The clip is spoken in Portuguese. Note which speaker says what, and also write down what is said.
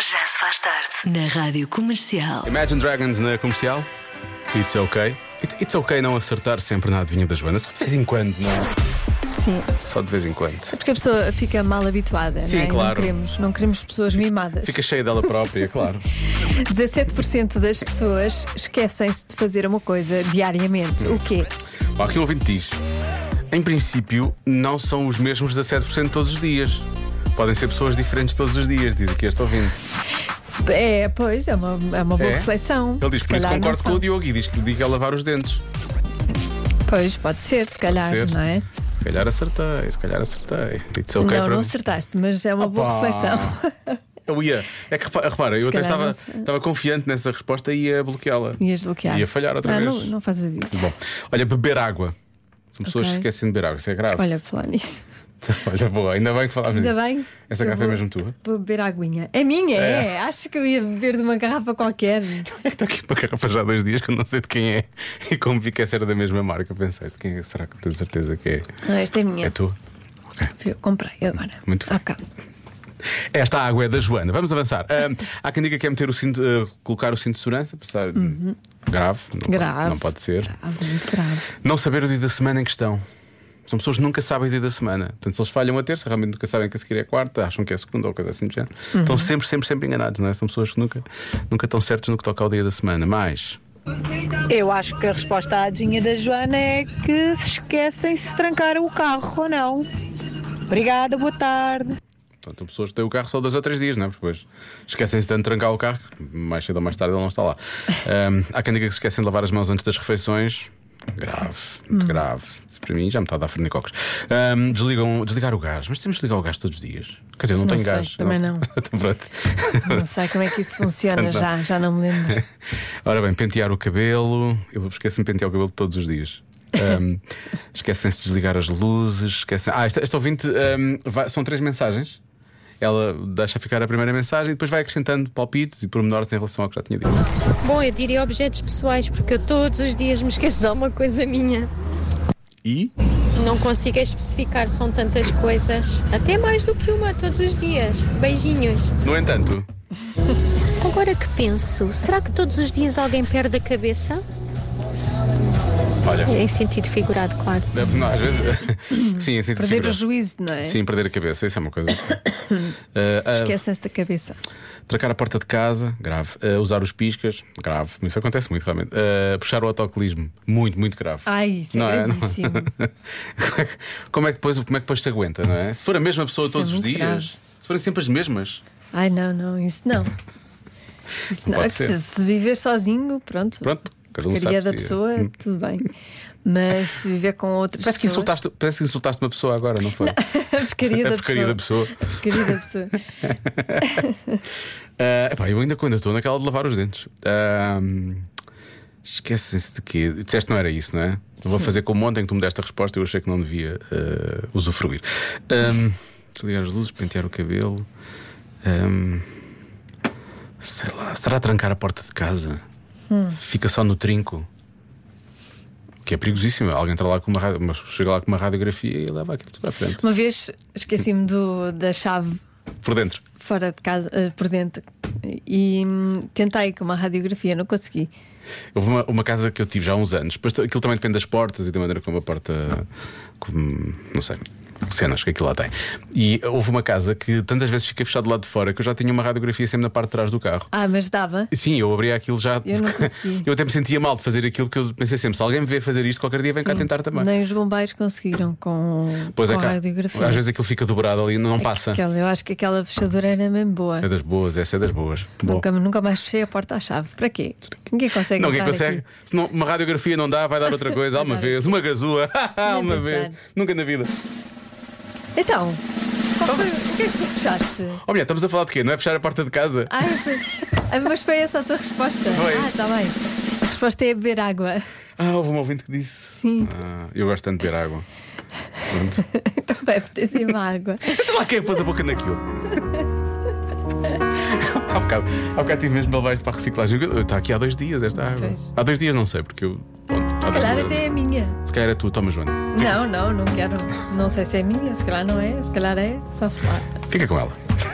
Speaker 1: Já se faz tarde. Na Rádio Comercial.
Speaker 2: Imagine Dragons na comercial. It's okay. It- It's okay não acertar sempre na adivinha da Joana. Só de vez em quando, não é?
Speaker 3: Sim,
Speaker 2: Só de vez em quando.
Speaker 3: porque a pessoa fica mal habituada,
Speaker 2: Sim,
Speaker 3: não é?
Speaker 2: claro.
Speaker 3: Não queremos, não queremos pessoas mimadas.
Speaker 2: Fica cheia dela própria, claro.
Speaker 3: 17% das pessoas esquecem-se de fazer uma coisa diariamente. O quê?
Speaker 2: Ó, aqui um ouvinte diz: em princípio, não são os mesmos 17% todos os dias. Podem ser pessoas diferentes todos os dias, diz aqui este ouvinte.
Speaker 3: É, pois, é uma, é uma boa
Speaker 2: É?
Speaker 3: reflexão.
Speaker 2: Ele diz:
Speaker 3: Se
Speaker 2: por isso
Speaker 3: calhar não
Speaker 2: concordo com
Speaker 3: são.
Speaker 2: o Diogo e diz que diga lavar os dentes.
Speaker 3: Pois, pode ser, se calhar,
Speaker 2: ser.
Speaker 3: não é?
Speaker 2: Se calhar acertei, se calhar acertei. It's okay
Speaker 3: não,
Speaker 2: para
Speaker 3: não
Speaker 2: mim.
Speaker 3: acertaste, mas é uma boa
Speaker 2: Opa!
Speaker 3: reflexão.
Speaker 2: Eu ia. É que repa- repara, eu até
Speaker 3: calhar
Speaker 2: estava,
Speaker 3: não sei.
Speaker 2: estava confiante nessa resposta e ia bloqueá-la.
Speaker 3: Ias bloquear.
Speaker 2: Ia falhar outra
Speaker 3: Ah,
Speaker 2: vez.
Speaker 3: Não, não fazes isso.
Speaker 2: Bom, olha, beber água. São pessoas que
Speaker 3: Ok.
Speaker 2: esquecem de beber água, isso é grave.
Speaker 3: Olha, por falar nisso.
Speaker 2: Olha, boa, ainda bem que falámos
Speaker 3: Ainda
Speaker 2: nisso.
Speaker 3: bem.
Speaker 2: Essa
Speaker 3: Eu
Speaker 2: garrafa é
Speaker 3: vou-
Speaker 2: mesmo tua?
Speaker 3: Vou beber aguinha. É minha, é.
Speaker 2: É.
Speaker 3: Acho que eu ia beber de uma garrafa
Speaker 2: É
Speaker 3: qualquer.
Speaker 2: que estou aqui para a garrafa já há dois dias que eu não sei de quem é. E como vi que essa era da mesma marca, pensei, de quem é? Será que tenho certeza que é?
Speaker 3: Não, esta é minha.
Speaker 2: É tua? Ok.
Speaker 3: Fui Eu comprei agora.
Speaker 2: Muito bem.
Speaker 3: Há bocado.
Speaker 2: Esta água é da Joana. Vamos avançar. Ahm, há quem diga que é meter o cinto, eh, colocar o cinto de segurança, apesar de- grave, não
Speaker 3: Uhum. Grave.
Speaker 2: Pode, não pode ser.
Speaker 3: Ah, muito grave.
Speaker 2: Não saber o dia da semana em questão. São pessoas que nunca sabem o dia da semana. Portanto, se eles falham a terça, realmente nunca sabem que a seguir é a quarta, acham que é a segunda ou coisa assim do género. Estão sempre, sempre, sempre enganados, não é? São pessoas que nunca, nunca estão certas no que toca ao dia da semana. Mas.
Speaker 4: Eu acho que a resposta à adivinha da Joana é que se esquecem se trancar o carro ou não. Obrigada, boa tarde.
Speaker 2: Portanto, há pessoas que têm o carro só dois ou três dias, não é? Porque Depois esquecem-se de trancar o carro, mais cedo ou mais tarde ele não está lá. Ahm, há quem diga que se esquecem de lavar as mãos antes das refeições. Grave,
Speaker 3: Hum.
Speaker 2: muito grave. Isso para mim já me está a dar fornicocos. Ahm, desligam, desligar o gás. Mas temos de ligar o gás todos os dias. Quer dizer, eu não,
Speaker 3: Não
Speaker 2: tenho
Speaker 3: sei,
Speaker 2: gás.
Speaker 3: também não.
Speaker 2: Então, pronto.
Speaker 3: Não sei como é que isso funciona
Speaker 2: Portanto,
Speaker 3: já, já não me lembro.
Speaker 2: Ora bem, pentear o cabelo. Eu esqueço-me de pentear o cabelo todos os dias. Ahm, esquecem-se de desligar as luzes. Esquecem... Ah, esta, esta ouvinte ahm, vai- são três mensagens. Ela deixa ficar a primeira mensagem e depois vai acrescentando palpites e pormenores em relação ao que já tinha dito.
Speaker 5: Bom, eu diria objetos pessoais, porque eu todos os dias me esqueço de alguma coisa minha.
Speaker 2: E?
Speaker 5: Não consigo especificar, são tantas coisas. Até mais do que uma todos os dias. Beijinhos.
Speaker 2: No entanto,
Speaker 5: Agora que penso, será que todos os dias alguém perde a cabeça?
Speaker 2: olha,
Speaker 5: Em sentido figurado, claro.
Speaker 2: não, às vezes. sim, assim
Speaker 3: Perder o juízo, não é?
Speaker 2: Sim, perder a cabeça, isso é uma coisa. Ah, ah,
Speaker 3: Esquecem-se da cabeça.
Speaker 2: Trancar a porta de casa, grave. Ah, usar os piscas, grave. Isso acontece muito, realmente. Ah, puxar o autocolismo, muito, muito grave.
Speaker 3: Ai, isso é
Speaker 2: Não é? Não-
Speaker 3: gravíssimo.
Speaker 2: como, é que, como é que depois, como é que depois se aguenta, não é? Se for a mesma pessoa
Speaker 3: Isso
Speaker 2: todos
Speaker 3: é
Speaker 2: os
Speaker 3: muito
Speaker 2: dias,
Speaker 3: grave.
Speaker 2: se forem sempre as mesmas,
Speaker 3: Ai, não, não, isso não. Isso
Speaker 2: Não
Speaker 3: não.
Speaker 2: pode
Speaker 3: É que
Speaker 2: ser.
Speaker 3: se- Se viver sozinho, pronto.
Speaker 2: pronto, cada um sabe
Speaker 3: Porcaria da
Speaker 2: se-
Speaker 3: pessoa, tudo bem. Mas se viver com outras
Speaker 2: Parece que,
Speaker 3: pessoas.
Speaker 2: insultaste, parece que insultaste uma pessoa agora, não foi?
Speaker 3: a porcaria
Speaker 2: A
Speaker 3: da
Speaker 2: porcaria É da pessoa.
Speaker 3: A porcaria da pessoa.
Speaker 2: Ah, epá, eu ainda quando estou naquela de lavar os dentes. Ah, Esquecem-se de quê? Disseste que não era isso, não é? Vou fazer como ontem que tu me deste a resposta e eu achei que não devia ah, usufruir. Ah, desligar as luzes, pentear o cabelo. Ah, sei lá, será trancar a porta de casa? Fica só no trinco. Que é perigosíssimo. Alguém entra lá com uma rádio, mas chega lá com uma radiografia e leva aquilo tudo à frente.
Speaker 3: Uma vez esqueci-me do- da chave
Speaker 2: Por dentro.
Speaker 3: fora de casa, eh, por dentro. E hum, tentei com uma radiografia, não consegui.
Speaker 2: Houve uma, uma casa que eu tive já há uns anos, depois t- aquilo também depende das portas e da maneira como a porta. como- não sei. Cenas que aquilo lá tem. E houve uma casa que tantas vezes fiquei fechado do lado de fora que eu já tinha uma radiografia sempre na parte de trás do carro.
Speaker 3: Ah, mas dava.
Speaker 2: E Sim, eu abria aquilo já.
Speaker 3: Eu não consegui.
Speaker 2: Eu até me sentia mal de fazer aquilo que eu pensei sempre: se alguém me vê fazer isto, qualquer dia vem cá
Speaker 3: Sim.
Speaker 2: tentar também.
Speaker 3: Nem os bombeiros conseguiram com,
Speaker 2: Pois
Speaker 3: com
Speaker 2: é,
Speaker 3: a
Speaker 2: cá-
Speaker 3: radiografia.
Speaker 2: às vezes aquilo fica dobrado ali e não passa.
Speaker 3: Aquela- eu acho que aquela fechadura era mesmo boa.
Speaker 2: É das boas, essa é das boas. Bom.
Speaker 3: Nunca, nunca mais fechei a porta à chave. Para quê? Ninguém consegue.
Speaker 2: Não, quem
Speaker 3: entrar
Speaker 2: consegue?
Speaker 3: aqui.
Speaker 2: Se não, uma radiografia não dá, vai dar outra coisa, alguma
Speaker 3: dar
Speaker 2: vez, uma gazua, uma
Speaker 3: pensar.
Speaker 2: vez, nunca na vida.
Speaker 3: Então, qual foi- o que é que tu fechaste?
Speaker 2: Oh, mulher, estamos a falar de quê? Não é fechar a porta de casa?
Speaker 3: Ai, foi- ah, mas foi essa a tua resposta.
Speaker 2: Foi.
Speaker 3: Ah, está bem. A resposta é beber água.
Speaker 2: Ah, houve um ouvinte que disse.
Speaker 3: Sim,
Speaker 2: Ah, eu gosto tanto de beber água. Pronto.
Speaker 3: também apetece uma água.
Speaker 2: Sei lá quem é pôs a boca naquilo. há, bocado, há bocado tive mesmo de levar isto para a reciclagem. Eu- eu- Está aqui há dois dias esta água.
Speaker 3: Pois.
Speaker 2: Há dois dias não sei, porque eu. Pronto, há
Speaker 3: Se
Speaker 2: dois
Speaker 3: calhar
Speaker 2: dias-
Speaker 3: até é minha.
Speaker 2: Se calhar é tu, toma, Joana.
Speaker 3: Não, não, não quero. Não sei se é minha, se calhar não é, se calhar é, sabe-se lá.
Speaker 2: Fica com ela.